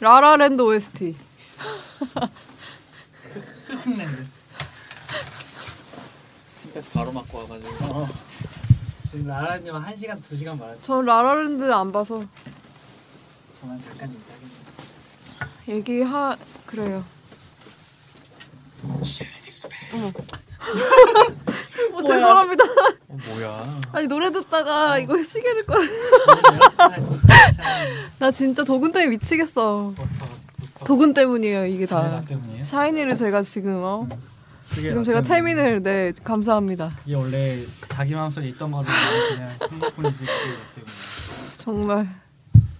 라라랜드 OST. 흑흑냉이 스팀까지 바로 맞고 와가지고 어. 지금 라라님은 1시간 2시간 말하죠 전 라라랜드 안 봐서 저만 잠깐 얘기하겠네요 얘기하 그래요. 어, 어머. 어, 죄송합니다. 어, 뭐야? 아니 노래 듣다가 이거 시계를 꺼. 나 진짜 도군 때문에 미치겠어. 버스터 버스터 도군 때문이에요 이게 나 다. 때문이에요? 샤이니를 제가 지금 어 그게 지금 나 제가 때문이에요. 태민을 네 감사합니다. 이게 원래 자기 마음속에 있던 거를 그냥 한 것뿐이지 그게 나 때문에. 정말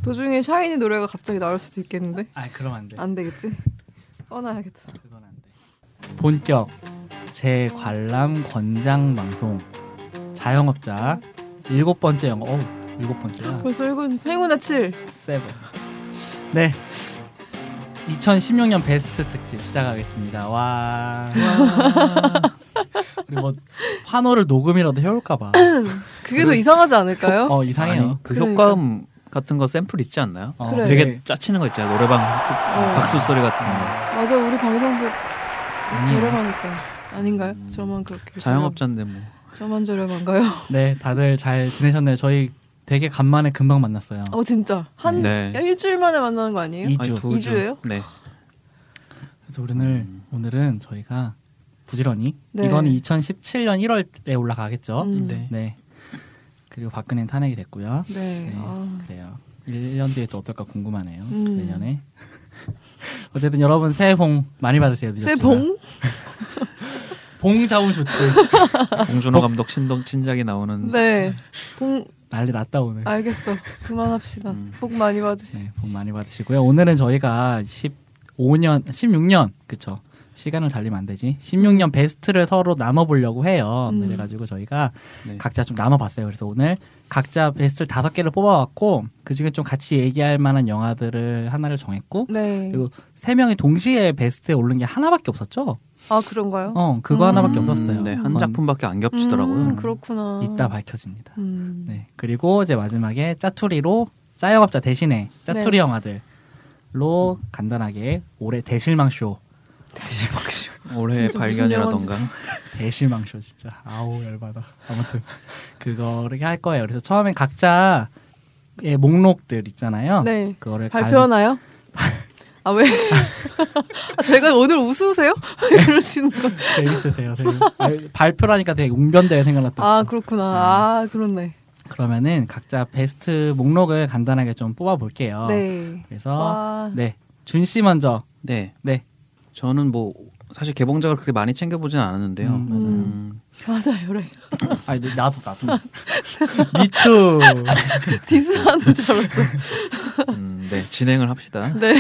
도중에 샤이니 노래가 갑자기 나올 수도 있겠는데 아 그럼 안 돼. 안 되겠지? 꺼놔야겠다. 그건 안 돼. 본격 제 관람 권장 방송 자영업자 일곱 번째 영업. 어우 일곱 번째야. 벌써 일군 행운의 7 세븐. 네. 2016년 베스트 특집 시작하겠습니다. 와. 그리고 뭐 환호를 녹음이라도 해올까 봐. 그게 더 이상하지 않을까요? 어 이상해요. 아니, 그 그러니까. 효과음 같은 거 샘플 있지 않나요? 어, 그래. 되게 짜치는 거 있잖아요. 노래방 어. 박수 소리 같은 음. 거. 맞아 우리 방송국 아니요. 저렴하니까 아닌가요? 저만 그렇게 자영업자인데 뭐. 저렴- 저만 저렴한가요? 네, 다들 잘 지내셨나요? 저희 되게 간만에 금방 만났어요. 어 진짜 한 네. 일주일 만에 만나는 거 아니에요? 이- 아니, 이주. 두 주. 이주예요? 네. 그래서 우리는 음. 오늘은 저희가 부지런히 네. 이건 2017년 1월에 올라가겠죠. 음. 네. 네. 그리고 박근혜 탄핵이 됐고요. 네. 네. 아, 그래요. 1년 뒤에 또 어떨까 궁금하네요. 음. 내년에. 어쨌든 여러분 새해 복 많이 받으세요. 늦었지만. 새봉 봉 자원 좋지. 공준호 감독 신동 신작이 나오는 네. 봉 난리 났다 오늘. 알겠어. 그만합시다. 복 많이 받으시. 네, 복 많이 받으시고요. 오늘은 저희가 15년, 16년, 그쵸? 시간을 달리면 안 되지. 16년 베스트를 서로 나눠보려고 해요. 음. 그래가지고 저희가 네. 각자 좀 나눠봤어요. 그래서 오늘 각자 베스트 다섯 개를 뽑아왔고 그 중에 좀 같이 얘기할 만한 영화들을 하나를 정했고 네. 그리고 세 명이 동시에 베스트에 오른 게 하나밖에 없었죠. 아 그런가요? 어, 그거 음. 하나밖에 없었어요. 네, 한 그건 작품밖에 안 겹치더라고요. 음, 그렇구나. 이따 밝혀집니다. 음. 네. 그리고 이제 마지막에 짜투리로 짜영업자 대신에 짜투리 네. 영화들로 간단하게 올해 대실망 쇼. 대실망 쇼. 올해 진짜 무슨 발견이라던가 영화인지 대실망 쇼 진짜. 아우 열받아. 아무튼 그거를 할 거예요. 그래서 처음엔 각자의 목록들 있잖아요. 네. 그거를 갈- 발표하나요? 아 왜? 아, 제가 오늘 웃으세요? 왜 그러시는 거? 재밌으세요. 되게. 아, 발표라니까 되게 웅변대회 생각났다. 아 그렇구나. 아 그렇네. 그러면은 각자 베스트 목록을 간단하게 좀 뽑아볼게요. 네. 그래서 와. 네. 준 씨 먼저. 네. 네. 저는 뭐 사실 개봉작을 그렇게 많이 챙겨 보진 않았는데요. 음, 맞아요. 음, 맞아요, 래 아니 네, 나도 나도. 미투. 디스하는 줄 알았어. 음, 네. 진행을 합시다. 네.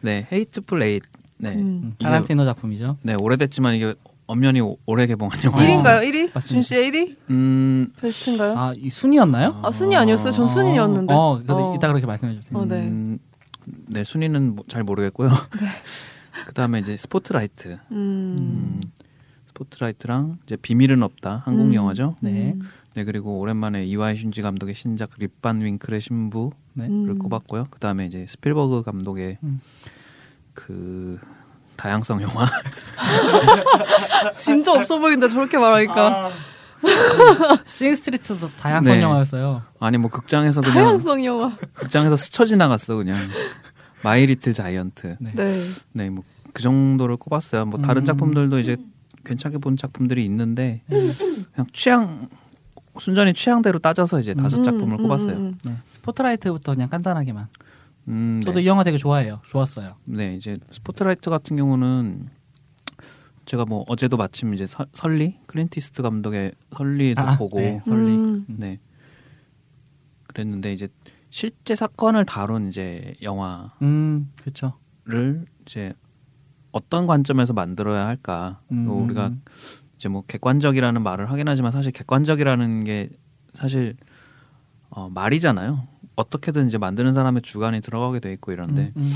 네. 헤이트 플레이. 네. 음. 이게- 타란티노 작품이죠. 네, 오래됐지만 이게 엄연히 오- 올해 개봉한 영화. 일인- 1인가요? 1위? 맞습니다. 아, 준 씨의 1위? 음, 베스트인가요? 아, 아, 이 순이었나요? 순위 아니었어요? 전 순위였는데. 어, 근데 이따 그렇게 말씀해 주세요. 어, 네. 음, 네, 순위는 뭐- 잘 모르겠고요. 그다음에 이제 스포트라이트. 음. 음, 스포트라이트랑 이제 비밀은 없다. 한국 음. 영화죠. 네. 음. 네, 그리고 오랜만에 이와이 슌지 감독의 신작 립반 윙클의 신부를 네. 음. 꼽았고요. 그다음에 이제 스필버그 감독의 음. 그 다양성 영화 진짜 없어 보인다 저렇게 말하니까. 싱스트리트도 다양한 네. 영화였어요. 아니 뭐 극장에서 그냥 다양성 영화. 극장에서 스쳐 지나갔어 그냥 마이 리틀 자이언트. 네. 네. 네, 뭐 그 정도를 꼽았어요. 뭐 다른 음. 작품들도 이제 괜찮게 본 작품들이 있는데 그냥 취향 순전히 취향대로 따져서 이제 다섯 음, 작품을 음, 음, 꼽았어요. 음. 네. 스포트라이트부터 그냥 간단하게만. 음, 저도 네. 이 영화 되게 좋아해요. 좋았어요. 네, 이제 스포트라이트 같은 경우는 제가 뭐 어제도 마침 이제 설- 설리 클린티스트 감독의 설리도 아, 보고 네. 네. 설리. 음. 그랬는데 이제 실제 사건을 다룬 이제 영화를 음, 그렇죠. 이제 어떤 관점에서 만들어야 할까? 음. 또 우리가 이제 뭐 객관적이라는 말을 하긴 하지만 사실 객관적이라는 게 사실 어, 말이잖아요. 어떻게든 이제 만드는 사람의 주관이 들어가게 돼 있고 이런데 음,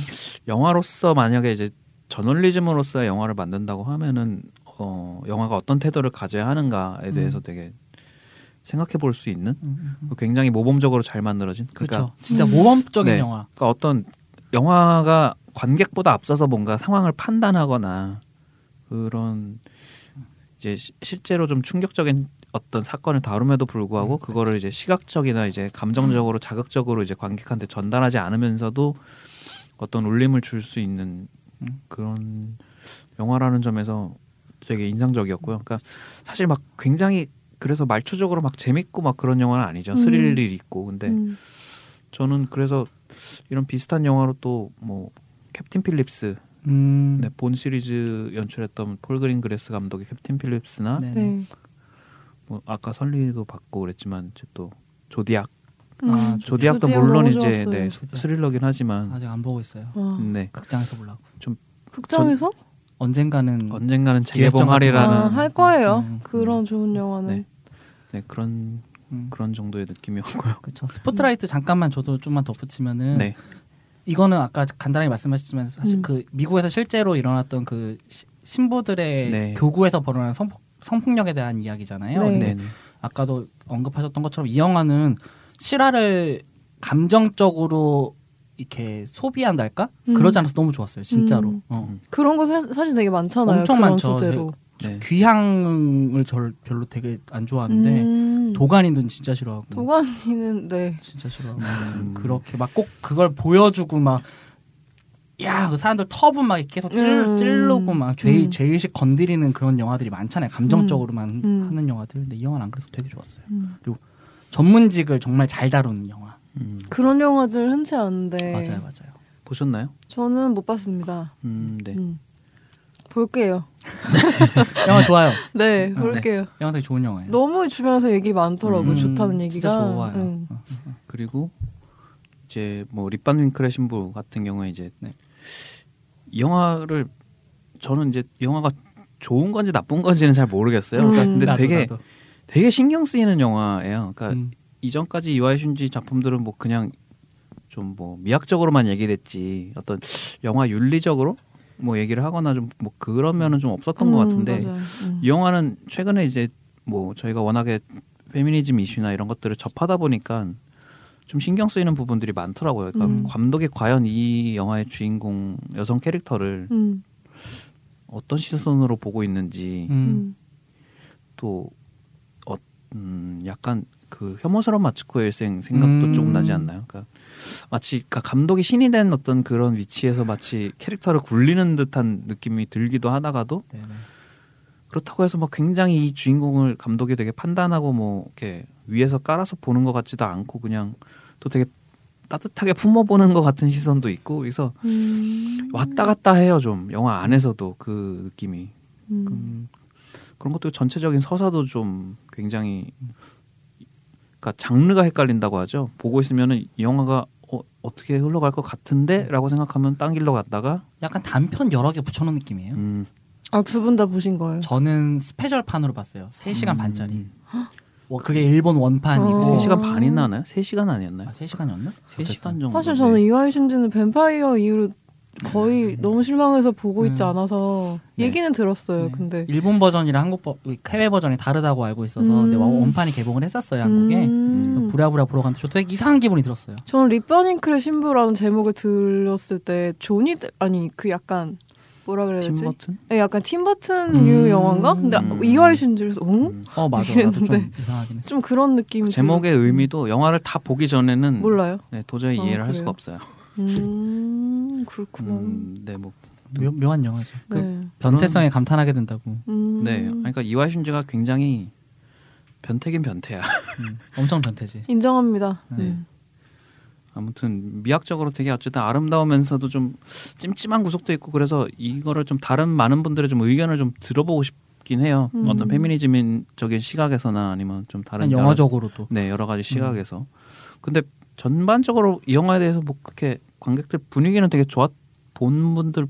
영화로서 만약에 이제 저널리즘으로서의 영화를 만든다고 하면은 어, 영화가 어떤 태도를 가져야 하는가에 대해서 음. 되게 생각해 볼 수 있는 음, 음, 음. 굉장히 모범적으로 잘 만들어진 그러니까, 그렇죠. 진짜 모범적인 네. 영화. 그러니까 어떤 영화가 관객보다 앞서서 뭔가 상황을 판단하거나 그런 이제 시- 실제로 좀 충격적인 어떤 사건을 다룸에도 불구하고 그거를 이제 시각적이나 이제 감정적으로 자극적으로 이제 관객한테 전달하지 않으면서도 어떤 울림을 줄 수 있는 음. 그런 영화라는 점에서 되게 인상적이었고요. 그러니까 사실 막 굉장히 그래서 말초적으로 막 재밌고 막 그런 영화는 아니죠. 음. 스릴이 있고 근데 음. 저는 그래서 이런 비슷한 영화로 또 뭐 캡틴 필립스 음. 네, 본 시리즈 연출했던 폴 그린그레스 감독의 캡틴 필립스나 네. 네. 뭐 아까 설리도 받고 그랬지만 이제 또 조디악 아, 음. 조디악도 조디악 물론 너무 이제 좋았어요. 네, 조디악. 스릴러긴 하지만 아직 안 보고 있어요. 와. 네 극장에서 보려고. 네. 극장에서 언젠가는 어. 언젠가는 음. 기획전 같은 아, 재개봉하리라는 할 거예요. 음, 그런 좋은 영화는. 네. 네 그런 음. 그런 정도의 느낌이었고요. 그렇죠. 스포트라이트 잠깐만 저도 좀만 덧붙이면은 네, 이거는 아까 간단하게 말씀하셨지만 사실 음. 그 미국에서 실제로 일어났던 그 시- 신부들의 네. 교구에서 벌어난 성폭, 성폭력에 대한 이야기잖아요. 네. 근데 네, 네. 아까도 언급하셨던 것처럼 이 영화는 실화를 감정적으로 이렇게 소비한달까 음. 그러지 않아서 너무 좋았어요 진짜로 음. 어. 그런 거 사, 사실 되게 많잖아요. 엄청 그런 많죠. 소재로. 네. 귀향을 절 별로 되게 안 좋아하는데 음. 도가니는 진짜 싫어하고 도가니는 네. 진짜 싫어하고 음. 그렇게 막 꼭 그걸 보여주고 막야그 사람들 터부 막 계속 찔, 음. 찔르고 막 죄, 음. 죄의식 건드리는 그런 영화들이 많잖아요 감정적으로만 음. 하는 영화들 근데 이 영화는 안 그래서 되게 좋았어요 음. 전문직을 정말 잘 다루는 영화 음, 그런 영화들 흔치 않은데. 맞아요 맞아요 보셨나요? 저는 못 봤습니다. 음, 네. 음. 볼게요. 영화 좋아요 네, 네. 볼게요. 영화 되게 좋은 영화예요 너무 주변에서 얘기 많더라고요. 음, 좋다는 얘기가. 음. 진짜 좋아요. 음, 응. 그리고 이제 뭐 립반 윙클의 신부 같은 경우에 이제 네. 이 영화를 저는 이제 영화가 좋은 건지 나쁜 건지는 잘 모르겠어요. 음. 그러니까 근데 나도, 되게 나도. 되게 신경 쓰이는 영화예요. 그러니까 음. 이전까지 이와이 슌지 작품들은 뭐 그냥 좀 뭐 미학적으로만 얘기됐지 어떤 영화 윤리적으로 뭐 얘기를 하거나 좀 뭐 그러면은 좀 없었던 것 음, 같은데 맞아요. 음. 이 영화는 최근에 이제 뭐 저희가 워낙에 페미니즘 이슈나 이런 것들을 접하다 보니까 좀 신경 쓰이는 부분들이 많더라고요. 그러니까 음. 감독이 과연 이 영화의 주인공 여성 캐릭터를 음, 어떤 시선으로 보고 있는지 음. 음. 또 어, 음, 약간 그 혐오스러운 마츠코의 일생 생각도 음. 조금 나지 않나요? 그러니까 마치 그러니까 감독이 신이 된 어떤 그런 위치에서 마치 캐릭터를 굴리는 듯한 느낌이 들기도 하다가도 네, 네. 그렇다고 해서 막 굉장히 이 주인공을 감독이 되게 판단하고 뭐 이렇게 위에서 깔아서 보는 것 같지도 않고 그냥 또 되게 따뜻하게 품어보는 것 같은 시선도 있고 그래서 음. 왔다 갔다 해요 좀 영화 안에서도 그 느낌이 음. 음, 그런 것도 전체적인 서사도 좀 굉장히 그러니까 장르가 헷갈린다고 하죠 보고 있으면은 이 영화가 어, 어떻게 흘러갈 것 같은데라고 생각하면 딴 길로 갔다가 약간 단편 여러 개 붙여놓은 느낌이에요 음, 아, 두 분 다 보신 거예요? 저는 스페셜판으로 봤어요 3시간 음, 반짜리 뭐 그게 일본 원판이고 어. 세 시간 반이나 하나요? 세 시간 아니었나요? 아, 3시간이었나? 세 시간 정도 사실 네. 저는 이와이 슌지는 뱀파이어 이후로 거의 너무 실망해서 보고 있지 음. 않아서 음. 네. 얘기는 들었어요. 네. 근데 일본 버전이랑 한국 버, 해외 버전이 다르다고 알고 있어서 음. 근데 원판이 개봉을 했었어요 한국에 음. 부랴부랴 보러 갔는데 저도 되게 이상한 기분이 들었어요 저는 리버닝클의 신부라는 제목을 들었을 때 조니 데- 아니 그 약간 뭐라 그래야 되지? 팀버튼? 네, 약간 팀버튼류 음. 영화인가? 근데 음. 이와이 슌지에서 어? 어 맞아 나도 좀 이랬는데. 이상하긴 했어 좀 그런 느낌이 제목의 의미도 영화를 다 보기 전에는 들어요. 몰라요. 네, 도저히 아, 이해를 할 그래요? 수가 없어요. 음 그렇구나. 음, 네, 뭐, 묘, 묘한 영화죠 그 네. 변태성에 감탄하게 된다고 음. 네, 그러니까 이와이 슌즈가 굉장히 변태긴 변태야. 음, 엄청 변태지 인정합니다. 네. 음. 아무튼 미학적으로 되게 어쨌든 아름다우면서도 좀 찜찜한 구석도 있고 그래서 이거를 좀 다른 많은 분들의 좀 의견을 좀 들어보고 싶긴 해요. 음. 어떤 페미니즘적인 시각에서나 아니면 좀 다른 여러- 영화적으로도 네 여러 가지 시각에서 음. 근데 전반적으로 이 영화에 대해서 뭐 그렇게 관객들 분위기는 되게 좋았 본 분들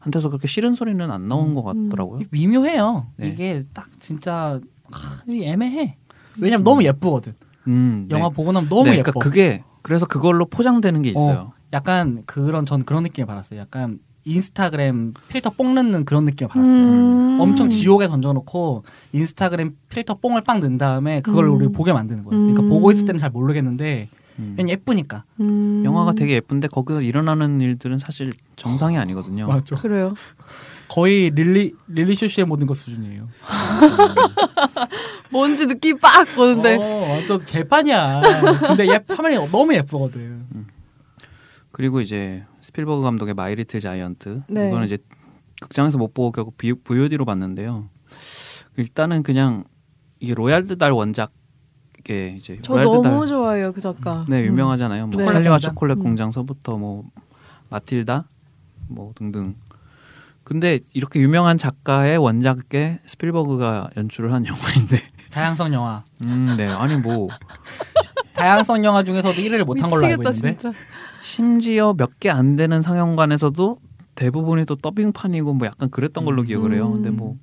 한테서 그렇게 싫은 소리는 안 나온 것 음. 같더라고요. 미묘해요 네. 이게 딱 진짜 아, 애매해 왜냐면 너무 예쁘거든 음, 영화 보고 나면 너무 네, 예뻐 그러니까 그게 그래서 그걸로 포장되는 게 있어요. 약간 그런 전 그런 느낌을 받았어요 약간 인스타그램 필터 뽕 넣는 그런 느낌을 받았어요 음. 엄청 지옥에 던져놓고 인스타그램 필터 뽕을 빵 넣은 다음에 그걸 음. 우리 보게 만드는 거예요. 음. 그러니까 보고 있을 때는 잘 모르겠는데 음. 왜냐면 예쁘니까. 음. 영화가 되게 예쁜데 거기서 일어나는 일들은 사실 정상이 아니거든요. 맞죠. 그래요. 거의 릴리 릴리 슈슈의 모든 것 수준이에요. 뭔지 느낌 빡 오는데. 어, 완전 개판이야. 근데 얘 화면이 너무 예쁘거든. 그리고 이제 스필버그 감독의 마이 리틀 자이언트 네. 이거는 이제 극장에서 못 보고 결국 비- VOD로 봤는데요. 일단은 그냥 이게 로얄드 달 원작 이게 이제 저 로얄드 너무 달 좋아해요 그 작가. 네, 유명하잖아요. 뭐 네. 찰리와 공장. 초콜릿 음. 공장서부터 뭐 마틸다 뭐 등등. 근데 이렇게 유명한 작가의 원작에 스필버그가 연출을 한 영화인데 다양성 영화. 음, 네. 아니 뭐 다양성 영화 중에서도 1위를 못한 걸로 알고 미치겠다 있는데. 진짜. 심지어 몇 개 안 되는 상영관에서도 대부분이 또 더빙판이고 뭐 약간 그랬던 걸로 기억을 해요. 근데 뭐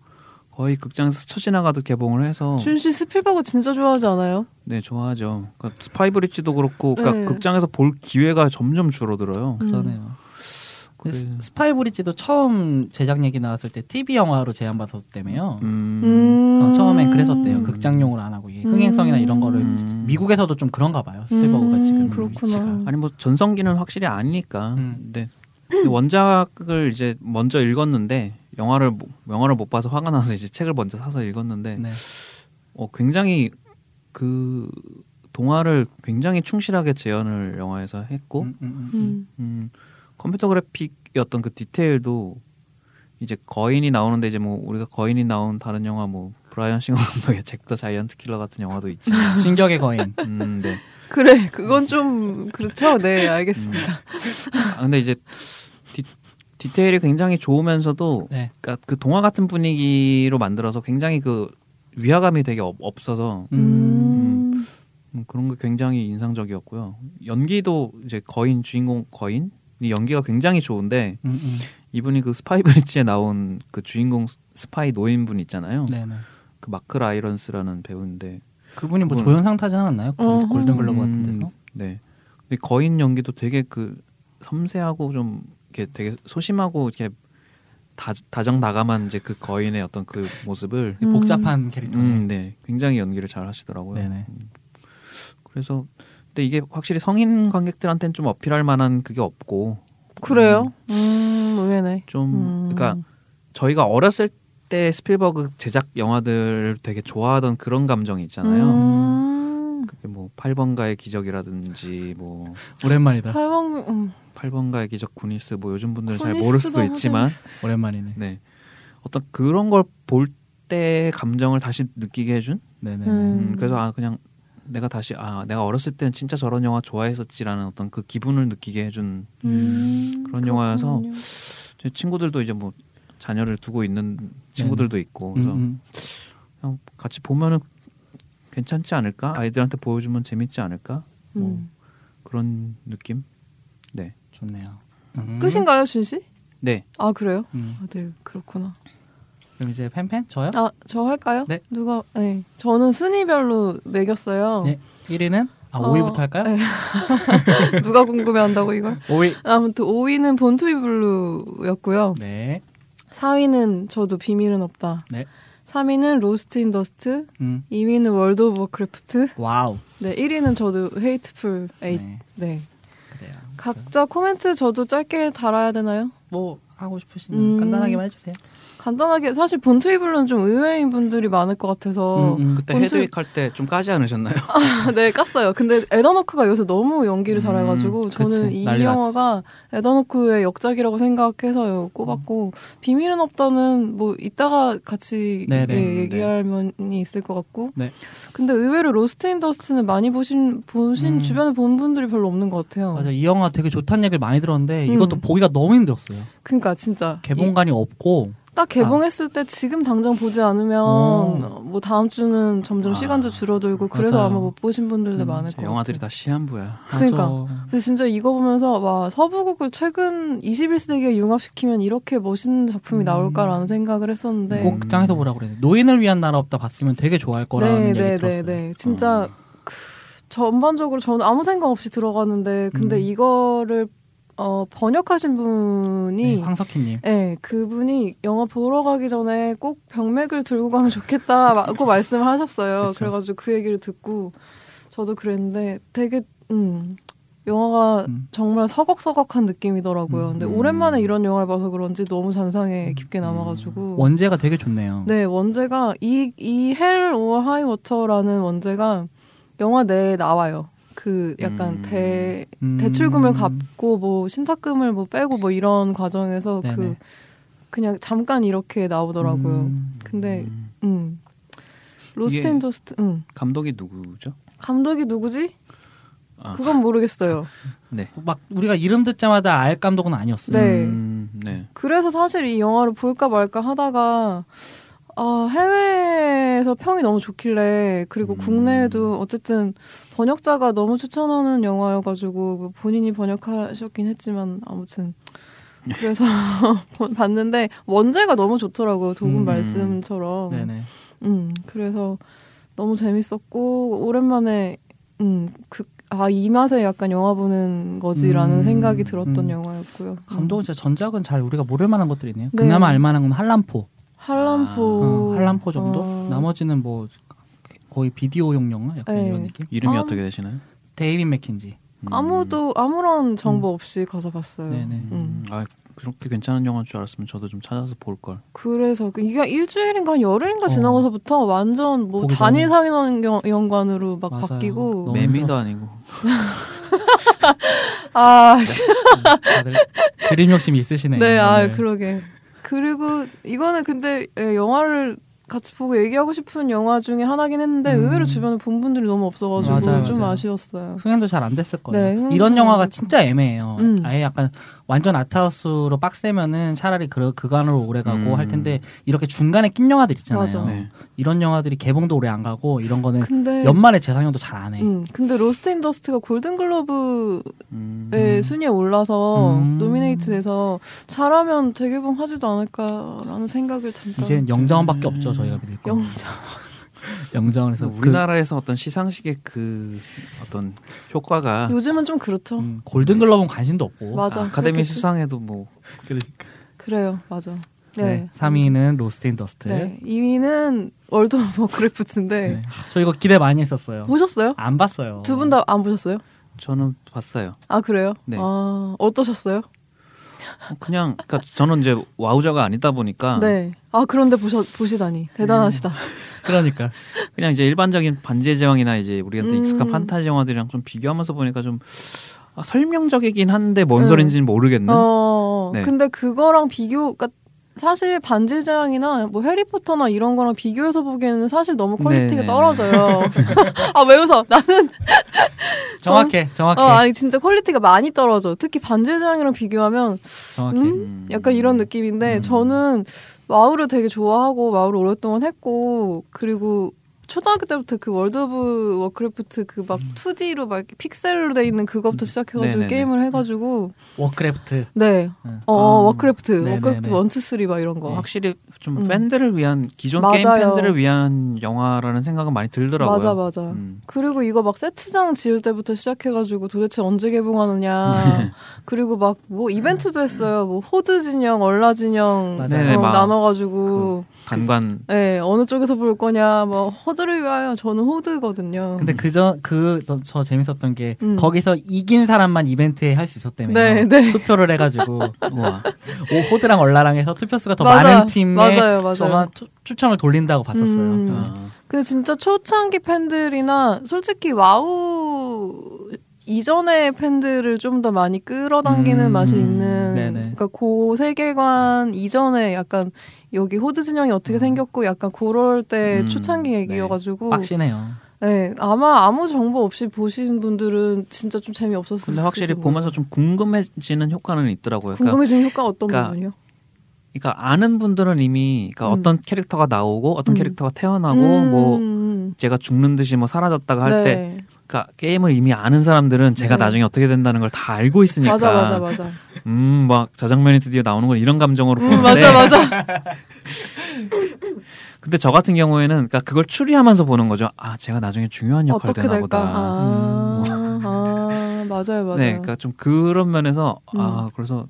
거의 극장에서 스쳐 지나가도 개봉을 해서 준 씨 스필버그 진짜 좋아하지 않아요? 네 좋아하죠. 그러니까 스파이 브릿지도 그렇고 그러니까 네. 극장에서 볼 기회가 점점 줄어들어요. 음. 그러네요. 네. 근데 스- 그래요. 스파이 브릿지도 처음 제작 얘기 나왔을 때 TV 영화로 제안받았대매요. 음, 음. 어, 처음엔 그랬었대요. 극장용으로 안 하고 이게 흥행성이나 이런 거를 음. 지- 미국에서도 좀 그런가 봐요. 스필버그가 음, 지금 그렇구나. 위치가. 아니 뭐 전성기는 확실히 아니니까. 음. 근데 근데 원작을 이제 먼저 읽었는데 영화를 못- 영화를 못 봐서 화가 나서 이제 책을 먼저 사서 읽었는데 네. 어, 굉장히 그 동화를 굉장히 충실하게 재현을 영화에서 어? 했고 음, 음, 음, 음. 음, 컴퓨터 그래픽의 어떤 그 디테일도 이제 거인이 나오는데 이제 뭐 우리가 거인이 나온 다른 영화 뭐 브라이언 싱어 감독의 잭 더 자이언트 킬러 같은 영화도 있지. 음. 진격의 거인. 음, 네. 그래 그건 좀 그렇죠. 네 알겠습니다. 음. 아, 근데 이제 디, 디테일이 굉장히 좋으면서도 네. 그러니까 그 동화 같은 분위기로 만들어서 굉장히 그 위화감이 되게 없- 없어서 음. 음. 음, 그런 게 굉장히 인상적이었고요. 연기도 이제 거인 주인공 거인 이 연기가 굉장히 좋은데 음, 음. 이분이 그 스파이 브릿지에 나온 그 주인공 스- 스파이 노인분 있잖아요. 어, 네네. 그 마크 라이런스라는 배우인데 그분이 뭐 그건- 조연상 타지 않았나요? 어허. 골- 골든글러브 같은 음, 데서. 네. 근데 거인 연기도 되게 그 섬세하고 좀 이렇게 되게 소심하고 이렇게 다, 다정다감한 이제 그 거인의 어떤 그 모습을 음. 복잡한 캐릭터. 음, 네. 굉장히 연기를 잘 하시더라고요. 네네. 그래서 근데 이게 확실히 성인 관객들한테는 좀 어필할 만한 그게 없고 그래요? 음 의외네. 좀 음. 그러니까 저희가 어렸을 때 스필버그 제작 영화들을 되게 좋아하던 그런 감정이 있잖아요. 음. 그게 뭐 8번가의 기적이라든지 뭐 오랜만이다. 팔봉 음. 8번가의 기적 구니스 뭐 요즘 분들은 잘 코니스도 모를 수도 하긴 있지만 오랜만이네. 네. 어떤 그런 걸 볼 때 감정을 다시 느끼게 해준 네네. 음. 음, 그래서 아 그냥 내가 다시 아 내가 어렸을 때는 진짜 저런 영화 좋아했었지라는 어떤 그 기분을 느끼게 해준 음, 그런 영화여서 그렇군요. 제 친구들도 이제 뭐 자녀를 두고 있는 친구들도 있고 그래서 음, 그냥 같이 보면은 괜찮지 않을까 아이들한테 보여주면 재밌지 않을까 뭐 음. 그런 느낌 음. 좋네요. 음. 끝인가요, 준 씨? 네 아 그래요? 음. 아, 네 그렇구나. 그럼 이제 팬팬 저요? 아 저 할까요? 네. 누가? 네. 저는 순위별로 매겼어요. 네. 1위는 아 어, 5위부터 할까요? 네. 누가 궁금해한다고 이걸? 5위. 아무튼 5위는 본투비 블루였고요. 네. 4위는 저도 비밀은 없다. 네. 3위는 로스트 인 더스트. 음. 2위는 월드 오브 워크래프트. 와우. 네, 1위는 저도 헤이트풀 에잇. 네. 네. 그래요. 각자 코멘트 저도 짧게 달아야 되나요? 뭐 하고 싶으시면 음. 간단하게만 해주세요. 간단하게 사실 본투비 블루는 좀 의외인 분들이 많을 것 같아서 음, 음. 그때 본투- 헤드윅 할 때 좀 까지 않으셨나요? 네 깠어요. 근데 에더노크가 요새 너무 연기를 잘해가지고 저는 음, 그치. 이 난리 났지. 영화가 에더노크의 역작이라고 생각해서 꼽았고 비밀은 없다는 뭐 이따가 같이 음. 네네. 예, 얘기할 면이 있을 것 같고 네. 근데 의외로 로스트 인 더스트는 많이 보신 보신 음. 주변에 본 분들이 별로 없는 것 같아요. 맞아 이 영화 되게 좋다는 얘기를 많이 들었는데 음. 이것도 보기가 너무 힘들었어요. 그러니까 진짜 이- 개봉관이 아. 없고 딱 개봉했을 때 지금 당장 보지 않으면 어. 뭐 다음 주는 점점 아, 시간도 줄어들고 그래서 아 맞아요. 마못 보신 분들도 음, 많을 자, 것 영화들이 같아요. 다 시한부야. 그러니까. 맞아. 근데 진짜 이거 보면서 와 서부국을 최근 21세기에 융합시키면 이렇게 멋있는 작품이 음. 나올까라는 생각을 했었는데 꼭 극장에서 보라 그랬는데 노인을 위한 나라 없다 봤으면 되게 좋아할 네, 거라는 얘기 들었어요. 진짜 그, 전반적으로 저는 아무 생각 없이 들어갔는데 근데 음. 이거를 어, 번역하신 분이 네, 황석희님. 네, 그분이 영화 보러 가기 전에 꼭 병맥을 들고 가면 좋겠다고 말씀을 하셨어요. 그쵸. 그래가지고 그 얘기를 듣고 저도 그랬는데 되게 음. 영화가 음. 정말 서걱서걱한 느낌이더라고요. 근데 음. 오랜만에 이런 영화를 봐서 그런지 너무 잔상에 깊게 남아가지고. 음. 원제가 되게 좋네요. 네, 원제가 이 이 헬 오어 하이 워터라는 원제가 영화 내에 나와요. 그 약간 음. 대 음. 대출금을 갚고 뭐 신탁금을 뭐 빼고 뭐 이런 과정에서 그 네네. 그냥 잠깐 이렇게 나오더라고요. 음. 근데 음. 음. 로스트 이게- 인 더스트 음. 감독이 누구죠? 감독이 누구지? 아. 그건 모르겠어요. 네. 막 우리가 이름 듣자마자 알 감독은 아니었어요. 네. 음, 네. 그래서 사실 이 영화를 볼까 말까 하다가 아, 해외에서 평이 너무 좋길래 그리고 음. 국내에도 어쨌든 번역자가 너무 추천하는 영화여가지고 뭐 본인이 번역하셨긴 했지만 아무튼 네. 그래서 봤는데 원제가 너무 좋더라고요 도금 음. 말씀처럼 네네. 음 그래서 너무 재밌었고 오랜만에 음, 음그아이 맛에 약간 영화 보는 거지라는 음. 생각이 들었던 음. 영화였고요 감독은 진짜 전작은 잘 우리가 모를 만한 것들이네요. 네. 그나마 알 만한 건 한람포. 어, 한람포 한람포 정도? 어. 나머지는 뭐 거의 비디오용 영화 약간 네. 이런 느낌? 이름이 아. 어떻게 되시나요? 데이빈 맥킨지. 음. 아무도 아무런 정보 없이 가서 봤어요. 음. 네네. 음. 아 그렇게 괜찮은 영화인 줄 알았으면 저도 좀 찾아서 볼 걸. 그래서 그 이게 일주일인가 한 열흘인가 어. 지나고서부터 완전 뭐 거기서- 단일 상인원 영- 연관으로 막 맞아요. 바뀌고 너무 매미도 힘들었어. 아니고. 아 다들 그림 욕심 있으시네요. 네, 아 오늘. 그러게. 그리고 이거는 근데 예, 영화를 같이 보고 얘기하고 싶은 영화 중에 하나긴 했는데 음. 의외로 주변에 본 분들이 너무 없어가지고 맞아요, 좀 맞아요. 아쉬웠어요 흥행도 잘 안 됐을 거예요. 네, 흥행도 이런 잘 영화가 안 됐고. 진짜 애매해요. 음. 아예 약간 완전 아트하우스로 빡세면은 차라리 그, 그간으로 오래 가고 음. 할 텐데 이렇게 중간에 낀 영화들 있잖아요. 맞아. 네. 이런 영화들이 개봉도 오래 안 가고 이런 거는 근데 네. 연말에 재상영도 잘 안 해. 음, 근데 로스트 인 더스트가 골든글로브 음. 네, 음. 순위에 올라서 음. 노미네이트돼서 잘하면 재개봉하지도 않을까라는 생각을 잠깐 이젠 영자원밖에 없죠 저희가 믿을 거. 영장 영자원에서 그래서 그- 우리나라에서 어떤 시상식의 그 어떤 효과가 요즘은 좀 그렇죠. 음, 골든글러브는 관심도 없고. 맞아. 아, 카데미 그렇겠지. 수상에도 뭐 그러니까. 그래요, 맞아. 네. 네. 3위는 로스트 인 더스트. 네. 2위는 월드 오브 그래프트인데 네. 저 이거 기대 많이 했었어요. 보셨어요? 안 봤어요. 뭐, 두 분 다 안 보셨어요? 저는 봤어요. 아 그래요? 네. 아 어떠셨어요? 어, 그냥 그러니까 저는 이제 와우자가 아니다 보니까 네. 아 그런데 보셔 보시다니 대단하시다. 그러니까. 그냥 이제 일반적인 반지의 제왕이나 이제 우리한테 음. 익숙한 판타지 영화들이랑 좀 비교하면서 보니까 좀 아, 설명적이긴 한데 뭔 음. 소린지는 모르겠는. 어. 네. 근데 그거랑 비교, 그러니까 사실 반지의 제왕이나 뭐 해리포터나 이런 거랑 비교해서 보기에는 사실 너무 퀄리티가 네네네. 떨어져요. 아 왜 웃어? 나, 정확해. 정확해. 어, 네. 아니 진짜 퀄리티가 많이 떨어져. 특히 반지의 제왕이랑 비교하면 정확해. 음? 음. 약간 이런 느낌인데 음. 저는 마우를 되게 좋아하고 마우를 오랫동안 했고 그리고 초등학교 때부터 그 월드 오브 워크래프트 그 막 2D로 막 이렇게 픽셀로 돼 있는 그거부터 시작해가지고 음. 네네네. 게임을 해가지고 워크래프트. 네. 응. 어, 아. 워크래프트, 네네네. 워크래프트 원투 쓰리 막 이런 거. 확실히 좀 음. 팬들을 위한 기존 게임 맞아요. 팬들을 위한 영화라는 생각은 많이 들더라고요. 맞아 맞아. 음. 그리고 이거 막 세트장 지을 때부터 시작해가지고 도대체 언제 개봉하느냐. 그리고 막 뭐 이벤트도 했어요. 뭐 호드 진영, 얼라 진영 맞아요. 어, 네네, 그 막 나눠가지고 단관 예 어느 쪽에서 볼 거냐. 뭐 호드를 위하여 저는 호드거든요. 근데 그저 그저 재밌었던 게 음. 거기서 이긴 사람만 이벤트에 할 수 있었다며 네, 네. 투표를 해가지고 우와. 오호드랑 얼라랑 해서 투표 수가 더 맞아요. 많은 팀에 맞아요, 맞아요. 저가 투- 추첨을 돌린다고 봤었어요. 음. 아. 근데 진짜 초창기 팬들이나 솔직히 와우 이전의 팬들을 좀 더 많이 끌어당기는 음, 맛이 음, 있는 네네. 그러니까 고 세계관 이전에 약간 여기 호드 진영이 어떻게 생겼고 약간 그럴 때 음, 초창기 네. 얘기여가지고 빡시네요. 네, 아마 아무 정보 없이 보신 분들은 진짜 좀 재미없었을 근데 확실히 수도 보면서 좀 궁금해지는 효과는 있더라고요. 그러니까, 궁금해지는 효과 어떤 그러니까 부분이요? 그러니까 아는 분들은 이미 그러니까 음. 어떤 캐릭터가 나오고 어떤 음. 캐릭터가 태어나고 뭐 제가 죽는 듯이 뭐 사라졌다가 할 때, 그러니까 게임을 이미 아는 사람들은 제가 네. 나중에 어떻게 된다는 걸 다 알고 있으니까, 맞아 맞아 맞아 음, 막 저 장면이 드디어 나오는 걸 이런 감정으로 음, 보는데, 맞아 맞아 근데 저 같은 경우에는 그러니까 그걸 추리하면서 보는 거죠. 아, 제가 나중에 중요한 역할을 어떻게 되나 될까 보다. 아, 아 맞아요 음. 맞아요 네, 그러니까 좀 그런 면에서 아, 그래서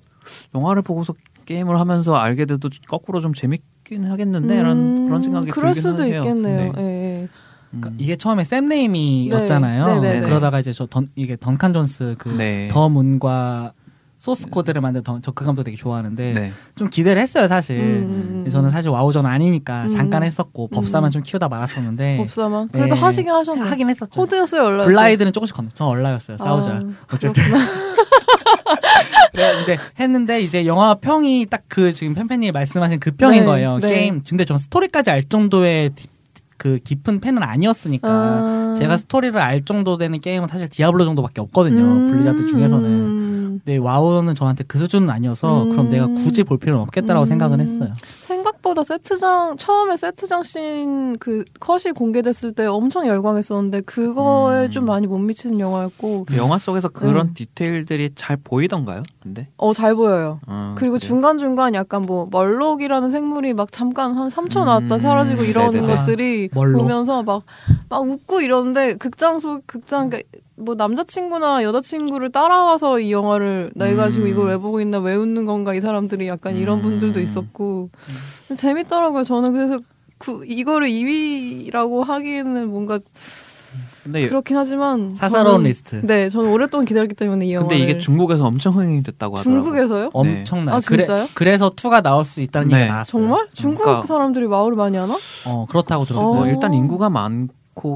영화를 보고서 게임을 하면서 알게 돼도 거꾸로 좀 재밌긴 하겠는데 라는 음, 그런 생각이 그럴 들긴 수도 하네요. 있겠네요. 네. 예, 예. 그러니까 음. 이게 처음에 샘 레이미였잖아요. 네, 네, 네, 그러다가 이제 저 던, 이게 던칸 존스 그 네. 더문과 소스 코드를 만든 던, 저 그감도 되게 좋아하는데 네. 좀 기대를 했어요 사실. 음, 음, 저는 사실 와우전 아니니까 음. 잠깐 했었고 법사만 음. 좀 키우다 말았었는데 법사만 그래도 네. 하시긴 하셨네. 하긴 했었죠. 코드였어요 원래. 아, 블라이드는 조금씩 건너. 전 얼라였어요 싸우자. 어쨌든. 그래, 네, 근데 했는데 이제 영화 평이 딱 그 지금 팬팬님이 말씀하신 그 평인 네, 거예요. 네. 게임. 근데 전 스토리까지 알 정도의 디- 그 깊은 팬은 아니었으니까 제가 스토리를 알 정도 되는 게임은 사실 디아블로 정도밖에 없거든요. 음. 블리자드 중에서는. 근데 와우는 저한테 그 수준은 아니어서 그럼 음. 내가 굳이 볼 필요는 없겠다라고 음. 생각은 했어요. 생각보다 세트장 처음에 세트장 씬 그 컷이 공개됐을 때 엄청 열광했었는데 그거에 음. 좀 많이 못 미치는 영화였고 영화 속에서 그런 음. 디테일들이 잘 보이던가요? 근데 어 잘 보여요. 어, 그리고 그래요? 중간 중간 약간 뭐 멀록이라는 생물이 막 잠깐 한 3초 나왔다 음, 사라지고 이러는 네네네. 것들이 아, 멀록. 보면서 막 막 웃고 이러는데 극장 속 극장 그러니까 뭐 남자친구나 여자친구를 따라와서 이 영화를 내가 지금 음. 이걸 왜 보고 있나 왜 웃는 건가 이 사람들이 약간 이런 음. 분들도 있었고 재밌더라고요. 저는 그래서 그 이거를 2위라고 하기에는 뭔가 근데 그렇긴 하지만 사사로운 저는- 리스트. 네, 저는 오랫동안 기다렸기 때문에 이 영화를 근데 이게 어, 중국에서 엄청 흥행이 됐다고 하더라고요. 중국에서요? 엄청나요. 아, 그래, 진짜요? 그래서 2가 나올 수 있다는 네. 얘기가 나왔어요. 정말 중국 그러니까- 사람들이 마을을 많이 하나? 어, 그렇다고 들었어요. 뭐 어. 일단 인구가 많고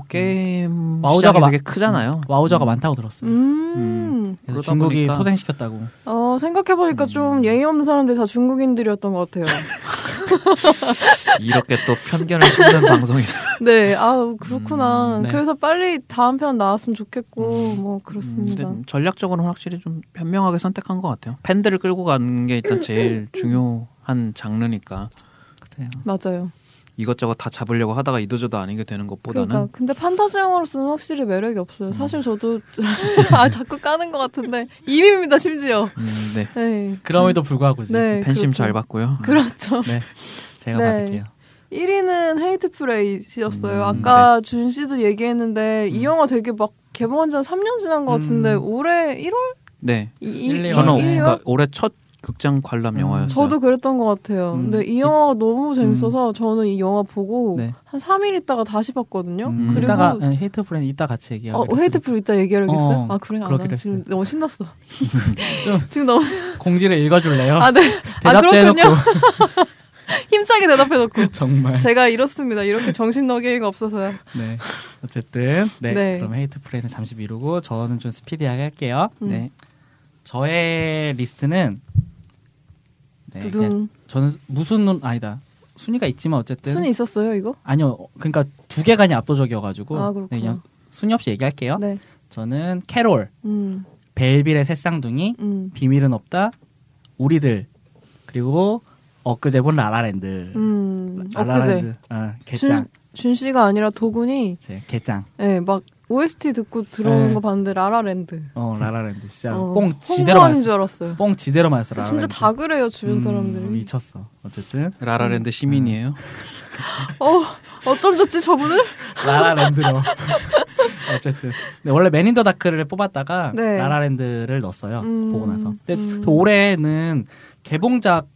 게임 와우자가 시장이 마- 되게 크잖아요. 와우저가 많다고 들었어요. 음. 그래서 그러다 중국이 보니까- 소생시켰다고. 어, 생각해보니까 좀 예의 없는 사람들이 다 중국인들이었던 것 같아요. 이렇게 또 편견을 심는 방송이 네, 아 그렇구나. 음, 네. 그래서 빨리 다음 편 나왔으면 좋겠고, 뭐, 근데 그렇습니다. 전략적으로는 확실히 좀 현명하게 선택한 것 같아요. 팬들을 끌고 가는 게 일단 제일 중요한 장르니까 그래요. 맞아요. 이것저것 다 잡으려고 하다가 이도저도 아닌 게 되는 것보다는 그러니까 근데 판타지 영화로서는 확실히 매력이 없어요. 사실 저도 아 자꾸 까는 것 같은데 2위입니다 심지어. 음, 네. 네, 그럼에도 불구하고지. 네 팬심 그렇죠. 잘 받고요. 그렇죠. 네. 제가 네. 받을게요. 1위는 헤이트 프레이였어요. 음, 아까 준 씨도 얘기했는데 이 영화 되게 막 개봉한 지 한 3년 지난 것 같은데 음. 올해 1월? 네, 이, 일, 이, 네, 저는 일, 일, 그러니까 올해 첫 극장 관람 음. 영화였어요. 저도 그랬던 것 같아요. 음. 근데 이 영화가 너무 재밌어서 저는 이 영화 보고 네. 한 3일 있다가 다시 봤거든요. 음. 어, 그리고 이따가 네, 헤이트 프렌드 이따 같이 얘기하고 어, 헤이트풀 이따 얘기하려겠어요? 어, 아 그래? 아, 나 그렇기로 지금 했어요. 너무 신났어. 좀 지금 너무 공지를 읽어줄래요? 아 네. 아 대답도 그렇군요. 해놓고 힘차게 대답해놓고 정말. 제가 이렇습니다. 이렇게 정신 너게이가 없어서요. 네. 어쨌든 네. 네. 그럼 헤이트 프렌드 잠시 미루고 저는 좀 스피디하게 할게요. 음. 네. 저의 리스트는 네, 그냥 두둥 저는 무슨 눈 아니다. 순위가 있지만 어쨌든 순이 있었어요 이거? 예. 네. 아니요. 어, 그러니까 두 개가 그냥 압도적이어가지고 네, 아, 그렇구나. 그냥 순위 없이 얘기할게요. 네. 저는 캐롤, 음. 벨빌의 새쌍둥이, 음. 비밀은 없다, 우리들 그리고 엊그제 본 라라랜드. 음. 엊그제 라라랜드. 아, 네. 개짱. 준, 준 씨가 아니라 도군이 제 개짱. 예, 막 OST 듣고 들어오는 네. 거 봤는데 라라랜드. 어 라라랜드 진짜 어, 뽕 지대로 홍보하는 줄 맞았어. 알았어요. 뽕 지대로 맞았어 라라랜드. 진짜 다 그래요 주변 음, 사람들이. 미쳤어. 어쨌든 음. 라라랜드 시민이에요. 어 어쩜 좋지 저분을? 음, 라라랜드로. 어쨌든 네, 원래 맨인더 다크를 뽑았다가 네. 라라랜드를 넣었어요. 음, 보고 나서. 근데 음. 또 올해는 개봉작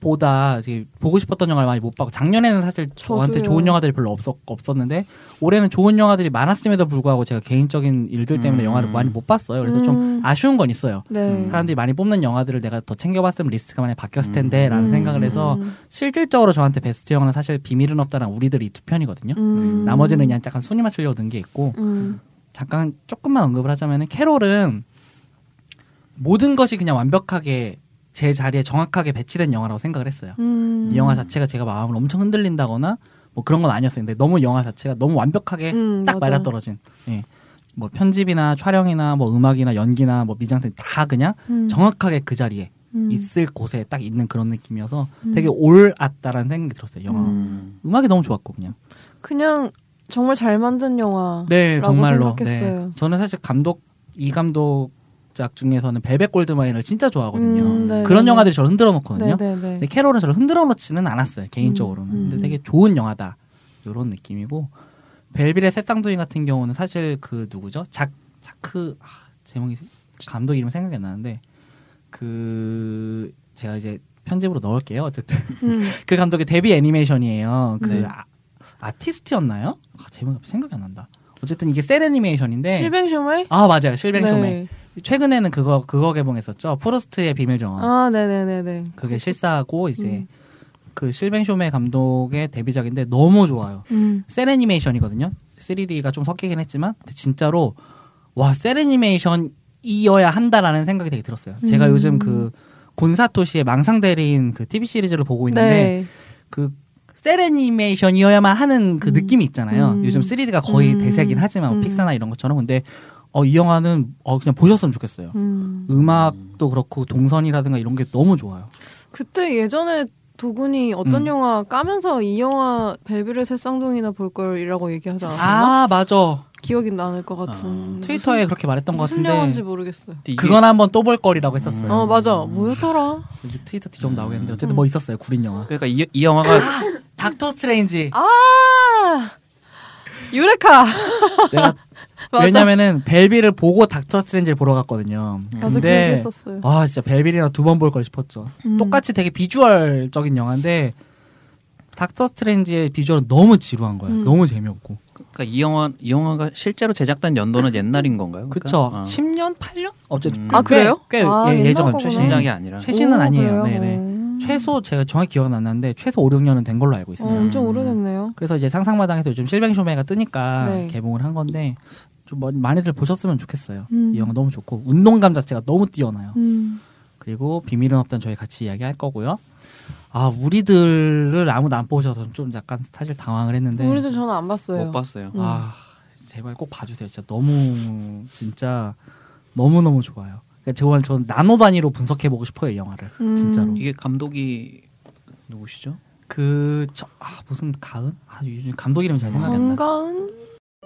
보다 되게 보고 싶었던 영화를 많이 못 봤고 작년에는 사실 저한테 저도요. 좋은 영화들이 별로 없었, 없었는데 올해는 좋은 영화들이 많았음에도 불구하고 제가 개인적인 일들 때문에 음. 영화를 많이 못 봤어요. 그래서 음. 좀 아쉬운 건 있어요. 네. 사람들이 많이 뽑는 영화들을 내가 더 챙겨봤으면 리스트가 많이 바뀌었을 텐데라는 음. 생각을 해서 음. 실질적으로 저한테 베스트 영화는 사실 비밀은 없다랑 우리들이 두 편이거든요. 음. 나머지는 그냥 약간 순위 맞추려고 넣은 게 있고 음. 잠깐 조금만 언급을 하자면은 캐롤은 모든 것이 그냥 완벽하게 제 자리에 정확하게 배치된 영화라고 생각을 했어요. 음. 이 영화 자체가 제가 마음을 엄청 흔들린다거나 뭐 그런 건 아니었어요. 근데 너무 영화 자체가 너무 완벽하게 음, 딱 맞아. 말라떨어진. 예. 뭐 편집이나 촬영이나 뭐 음악이나 연기나 뭐 미장센 다 그냥 음. 정확하게 그 자리에 음. 있을 곳에 딱 있는 그런 느낌이어서 음. 되게 올았다라는 생각이 들었어요. 영화 음. 음악이 너무 좋았고 그냥. 그냥 정말 잘 만든 영화. 네, 라고 정말로. 생각했어요. 네. 저는 사실 감독 이 감독작 중에서는 베베 골드마인을 진짜 좋아하거든요. 음, 네, 그런 네, 영화들이 저를 흔들어 네. 놓거든요. 네네네. 근데 캐롤은 저를 흔들어 놓지는 않았어요. 개인적으로는. 음, 음. 근데 되게 좋은 영화다. 이런 느낌이고 벨빌의 새땅둥이 같은 경우는 사실 그 누구죠? 작 자크 아, 제목이 감독 이름 생각이 안 나는데 그 제가 이제 편집으로 넣을게요. 어쨌든 음. 그 감독의 데뷔 애니메이션이에요. 그 네. 아, 아티스트였나요? 아, 제목이 갑자기 생각이 안 난다. 어쨌든 이게 셀 애니메이션인데 실뱅쇼메이? 아 맞아요 실뱅쇼메 네. 최근에는 그거 그거 개봉했었죠 프로스트의 비밀 정원 아, 네네네네. 그게 실사고 이제 음. 그 실뱅쇼메 감독의 데뷔작인데 너무 좋아요 음. 셀 애니메이션이거든요 3D가 좀 섞이긴 했지만 근데 진짜로 와셀 애니메이션이어야 한다라는 생각이 되게 들었어요 제가 음. 요즘 그 곤사토시의 망상대리인 그 TV 시리즈를 보고 있는데 네. 그셀 애니메이션이어야만 하는 그 음. 느낌이 있잖아요. 음. 요즘 3D가 거의 음. 대세긴 하지만 뭐 음. 픽사나 이런 것처럼 근데 어, 이 영화는 어, 그냥 보셨으면 좋겠어요. 음. 음악도 그렇고 동선이라든가 이런 게 너무 좋아요. 그때 예전에 도군이 어떤 음. 영화 까면서 이 영화 벨벳의 새쌍둥이나 볼 걸이라고 얘기하지 않았나? 아 맞아 기억이 나는 것 같은. 트위터에 그렇게 말했던 것 무슨 같은데 음. 영화인지 모르겠어요. 이게 그건 한번 또 볼 거리라고 했었어요. 어 맞아 뭐였더라? 여기 트위터 뒤좀 나오겠는데 어쨌든 음. 뭐 있었어요 구린 영화. 그러니까 이, 이 영화가 닥터 스트레인지 아 유레카 내가 아, 맞아 왜냐면은 벨비를 보고 닥터 스트레인지를 보러 갔거든요. 맞아 그 근데 얘기했었어요. 아 진짜 벨빌이나 두 번 볼 걸 싶었죠. 음. 똑같이 되게 비주얼적인 영화인데 닥터 스트레인지의 비주얼은 너무 지루한 거예요. 음. 너무 재미없고. 그러니까 이 영화 이 영화가 실제로 제작된 연도는 옛날인 건가요? 그 그러니까? 쵸 어. 10년, 8년? 어쨌든 음. 꽤- 아, 그래요? 꽤 아, 예, 옛날 예전 거구나. 최신 신작이 아니라. 최신은 오, 아니에요. 그래요? 어, 네네. 오. 음. 최소 제가 정확히 기억은 안 나는데 최소 5, 6년은 된 걸로 알고 어, 있어요. 엄청 오래됐네요. 그래서 이제 상상마당에서 요즘 실뱅쇼메가 뜨니까 네. 개봉을 한 건데 좀 많- 많이들 보셨으면 좋겠어요. 음. 이 영화 너무 좋고 운동감 자체가 너무 뛰어나요. 음. 그리고 비밀은 없던 저희 같이 이야기할 거고요. 아 우리들을 아무도 안 보셔서 좀 약간 사실 당황을 했는데 우리도 저는 안 봤어요. 못 봤어요. 음. 아 제발 꼭 봐주세요. 진짜 너무 진짜 너무 너무 좋아요. 그러니까 정말 저는 나노 단위로 분석해 보고 싶어요 이 영화를 음. 진짜로. 이게 감독이 누구시죠? 그 저, 아, 무슨 가은? 아 요즘 감독 이름 잘 생각이 안 나. 건강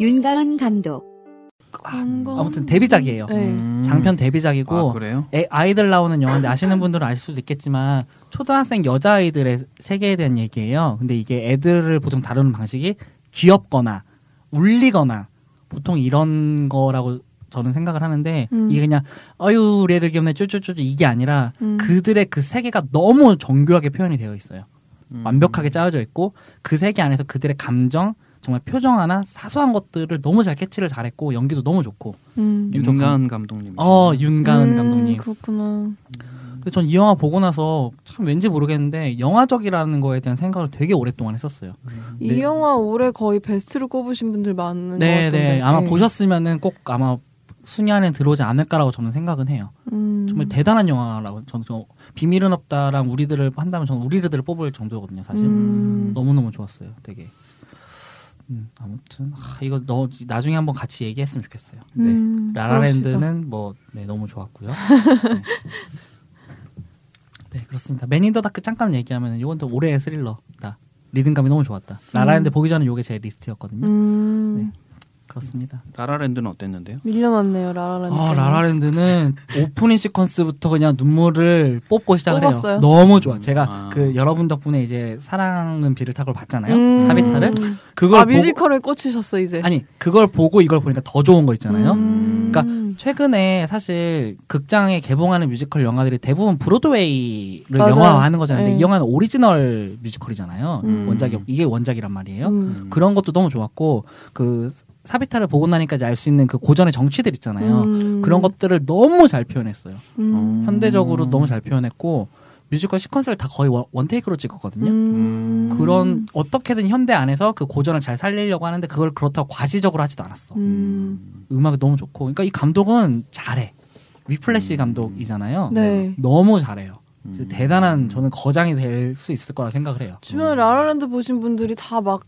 윤가은 감독, 아, 건강 아무튼 데뷔작이에요. 네. 음. 장편 아 데뷔작이고 그래요? 애- 아이들 나오는 영화인데 아시는 분들은 아실 수도 있겠지만 초등학생 여자 아이들의 세계에 대한 얘기예요. 근데 이게 애들을 보통 다루는 방식이 귀엽거나 울리거나 보통 이런 거라고 저는 생각을 하는데 음. 이게 그냥 아유 우리 애들 귀엽네 쭈쭈쭈쭈 이게 아니라 음. 그들의 그 세계가 너무 정교하게 표현이 되어 있어요. 음. 음. 완벽하게 짜여져 있고 그 세계 안에서 그들의 감정 정말 표정 하나 사소한 것들을 너무 잘 캐치를 잘했고 연기도 너무 좋고 음. 윤가은 감독님. 어 윤가은 음, 감독님 그렇구나. 그래서 전 이 영화 보고 나서 참 왠지 모르겠는데 영화적이라는 거에 대한 생각을 되게 오랫동안 했었어요. 이 네. 영화 올해 거의 베스트로 꼽으신 분들 많은 것 네, 같은데. 네. 아마 보셨으면은 꼭 아마 순위 안에 들어오지 않을까라고 저는 생각은 해요. 음. 정말 대단한 영화라고 저는 좀 비밀은 없다랑 우리들을 한다면 저는 우리들을 뽑을 정도거든요, 사실. 음. 너무 너무 좋았어요, 되게. 음, 아무튼 아, 이거 너 나중에 한번 같이 얘기했으면 좋겠어요. 네. 음, 그럽시다. 라라랜드는 뭐 네, 너무 좋았고요. 네. 네, 그렇습니다. 맨인더 다크 잠깐 얘기하면 이건 또 올해의 스릴러다. 리듬감이 너무 좋았다. 라라랜드 보기 전에 이게 제 리스트였거든요. 음. 네. 그렇습니다. 라라랜드는 어땠는데요? 밀려났네요 라라랜드. 아 라라랜드는 오프닝 시퀀스부터 그냥 눈물을 뽑고 시작을 뽑았어요? 해요. 너무 좋아. 음, 제가 아. 그 여러분 덕분에 이제 사랑은 비를 타고 봤잖아요. 음. 사비타를 그걸 아 보고- 뮤지컬에 꽂히셨어 이제. 아니 그걸 보고 이걸 보니까 더 좋은 거 있잖아요. 음. 그러니까 최근에 사실 극장에 개봉하는 뮤지컬 영화들이 대부분 브로드웨이를 맞아요. 영화화하는 거잖아요. 근데 네. 이 영화는 오리지널 뮤지컬이잖아요. 음. 원작이 없- 이게 원작이란 말이에요. 음. 음. 그런 것도 너무 좋았고 그 사비타를 보고 나니까지 알 수 있는 그 고전의 정치들 있잖아요. 음. 그런 것들을 너무 잘 표현했어요. 음. 현대적으로 너무 잘 표현했고 뮤지컬 시퀀스를 다 거의 원, 원테이크로 찍었거든요. 음. 그런 어떻게든 현대 안에서 그 고전을 잘 살리려고 하는데 그걸 그렇다고 과시적으로 하지도 않았어. 음. 음악이 너무 좋고 그러니까 이 감독은 잘해 위플래시 음. 감독이잖아요 네. 너무 잘해요 그래서 음. 대단한 저는 거장이 될 수 있을 거라 생각을 해요 주변에 라라랜드 보신 분들이 다 막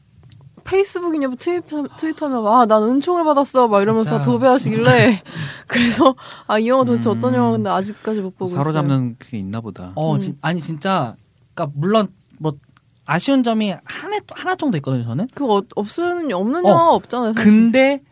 페이스북이냐 뭐 트위터, 트위터면 아난 은총을 받았어 막 이러면서 진짜. 도배하시길래 그래서 아 이 영화 도대체 어떤 음. 영화인데 아직까지 못 보고 있어요. 사로잡는 그게 있나 보다. 어 음. 진- 아니 진짜 그러니까 물론 뭐 아쉬운 점이 하나 하나 정도 있거든요 저는 그거 어, 없은 없는 어. 영화 없잖아요. 사실. 근데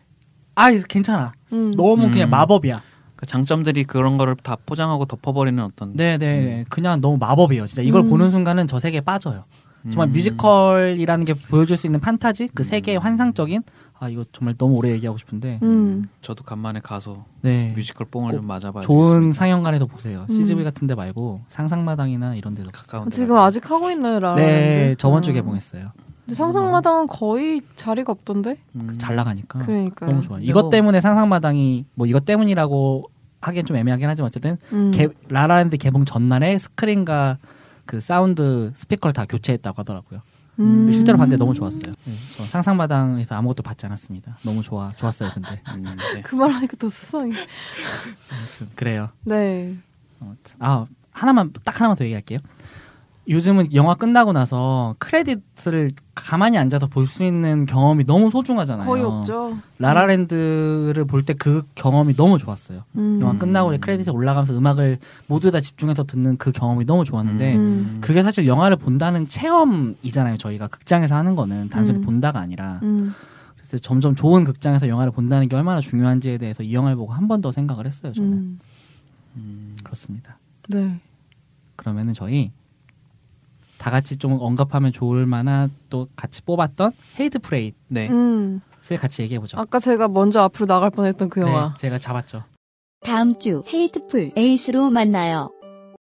아 괜찮아 음. 너무 그냥 음. 마법이야 그 장점들이 그런 거를 다 포장하고 덮어버리는 어떤. 네네 음. 그냥 너무 마법이에요 진짜 이걸 음. 보는 순간은 저 세계에 빠져요 음. 정말 뮤지컬이라는 게 보여줄 수 있는 판타지 그 세계의 환상적인 아 이거 정말 너무 오래 얘기하고 싶은데 음. 저도 간만에 가서 네 뮤지컬 뽕을 꼭 좀 맞아봐야 좋은 상영관에서 보세요. 음. CGV 같은 데 말고 상상마당이나 이런 데서. 가까운 지금 아직 하고 있나요 라라랜드? 네, 저번 주 아. 개봉했어요. 근데 상상마당은 거의 자리가 없던데. 음. 잘 나가니까 그러니까. 너무 좋아요. 근데 이것 뭐- 때문에 상상마당이 뭐 이것 때문이라고 하기엔 좀 애매하긴 하지만 어쨌든 음. 개, 라라랜드 개봉 전날에 스크린과 그 사운드 스피커를 다 교체했다고 하더라고요. 음. 실제로 봤는데 너무 좋았어요. 네, 저 상상마당에서 아무것도 받지 않았습니다. 너무 좋아 좋았어요. 근데 음, 네. 그 말하니까 더 수상해. 아무튼 그래요. 네. 아무튼. 아 하나만 딱 하나만 더 얘기할게요. 요즘은 영화 끝나고 나서 크레딧을 가만히 앉아서 볼 수 있는 경험이 너무 소중하잖아요. 거의 없죠. 라라랜드를 볼 때 그 경험이 너무 좋았어요. 음. 영화 끝나고 크레딧에 올라가면서 음악을 모두 다 집중해서 듣는 그 경험이 너무 좋았는데 음. 그게 사실 영화를 본다는 체험이잖아요. 저희가 극장에서 하는 거는 단순히 음. 본다가 아니라 음. 그래서 점점 좋은 극장에서 영화를 본다는 게 얼마나 중요한지에 대해서 이 영화를 보고 한 번 더 생각을 했어요. 저는 음. 그렇습니다. 네. 그러면은 저희 다 같이 좀 언급하면 좋을 만한 또 같이 뽑았던 헤이드 프레이를 네. 음. 같이 얘기해 보죠. 아까 제가 먼저 네. 앞으로 나갈 뻔했던 그 영화. 제가 잡았죠. 다음 주 헤이트풀 에이스로 만나요.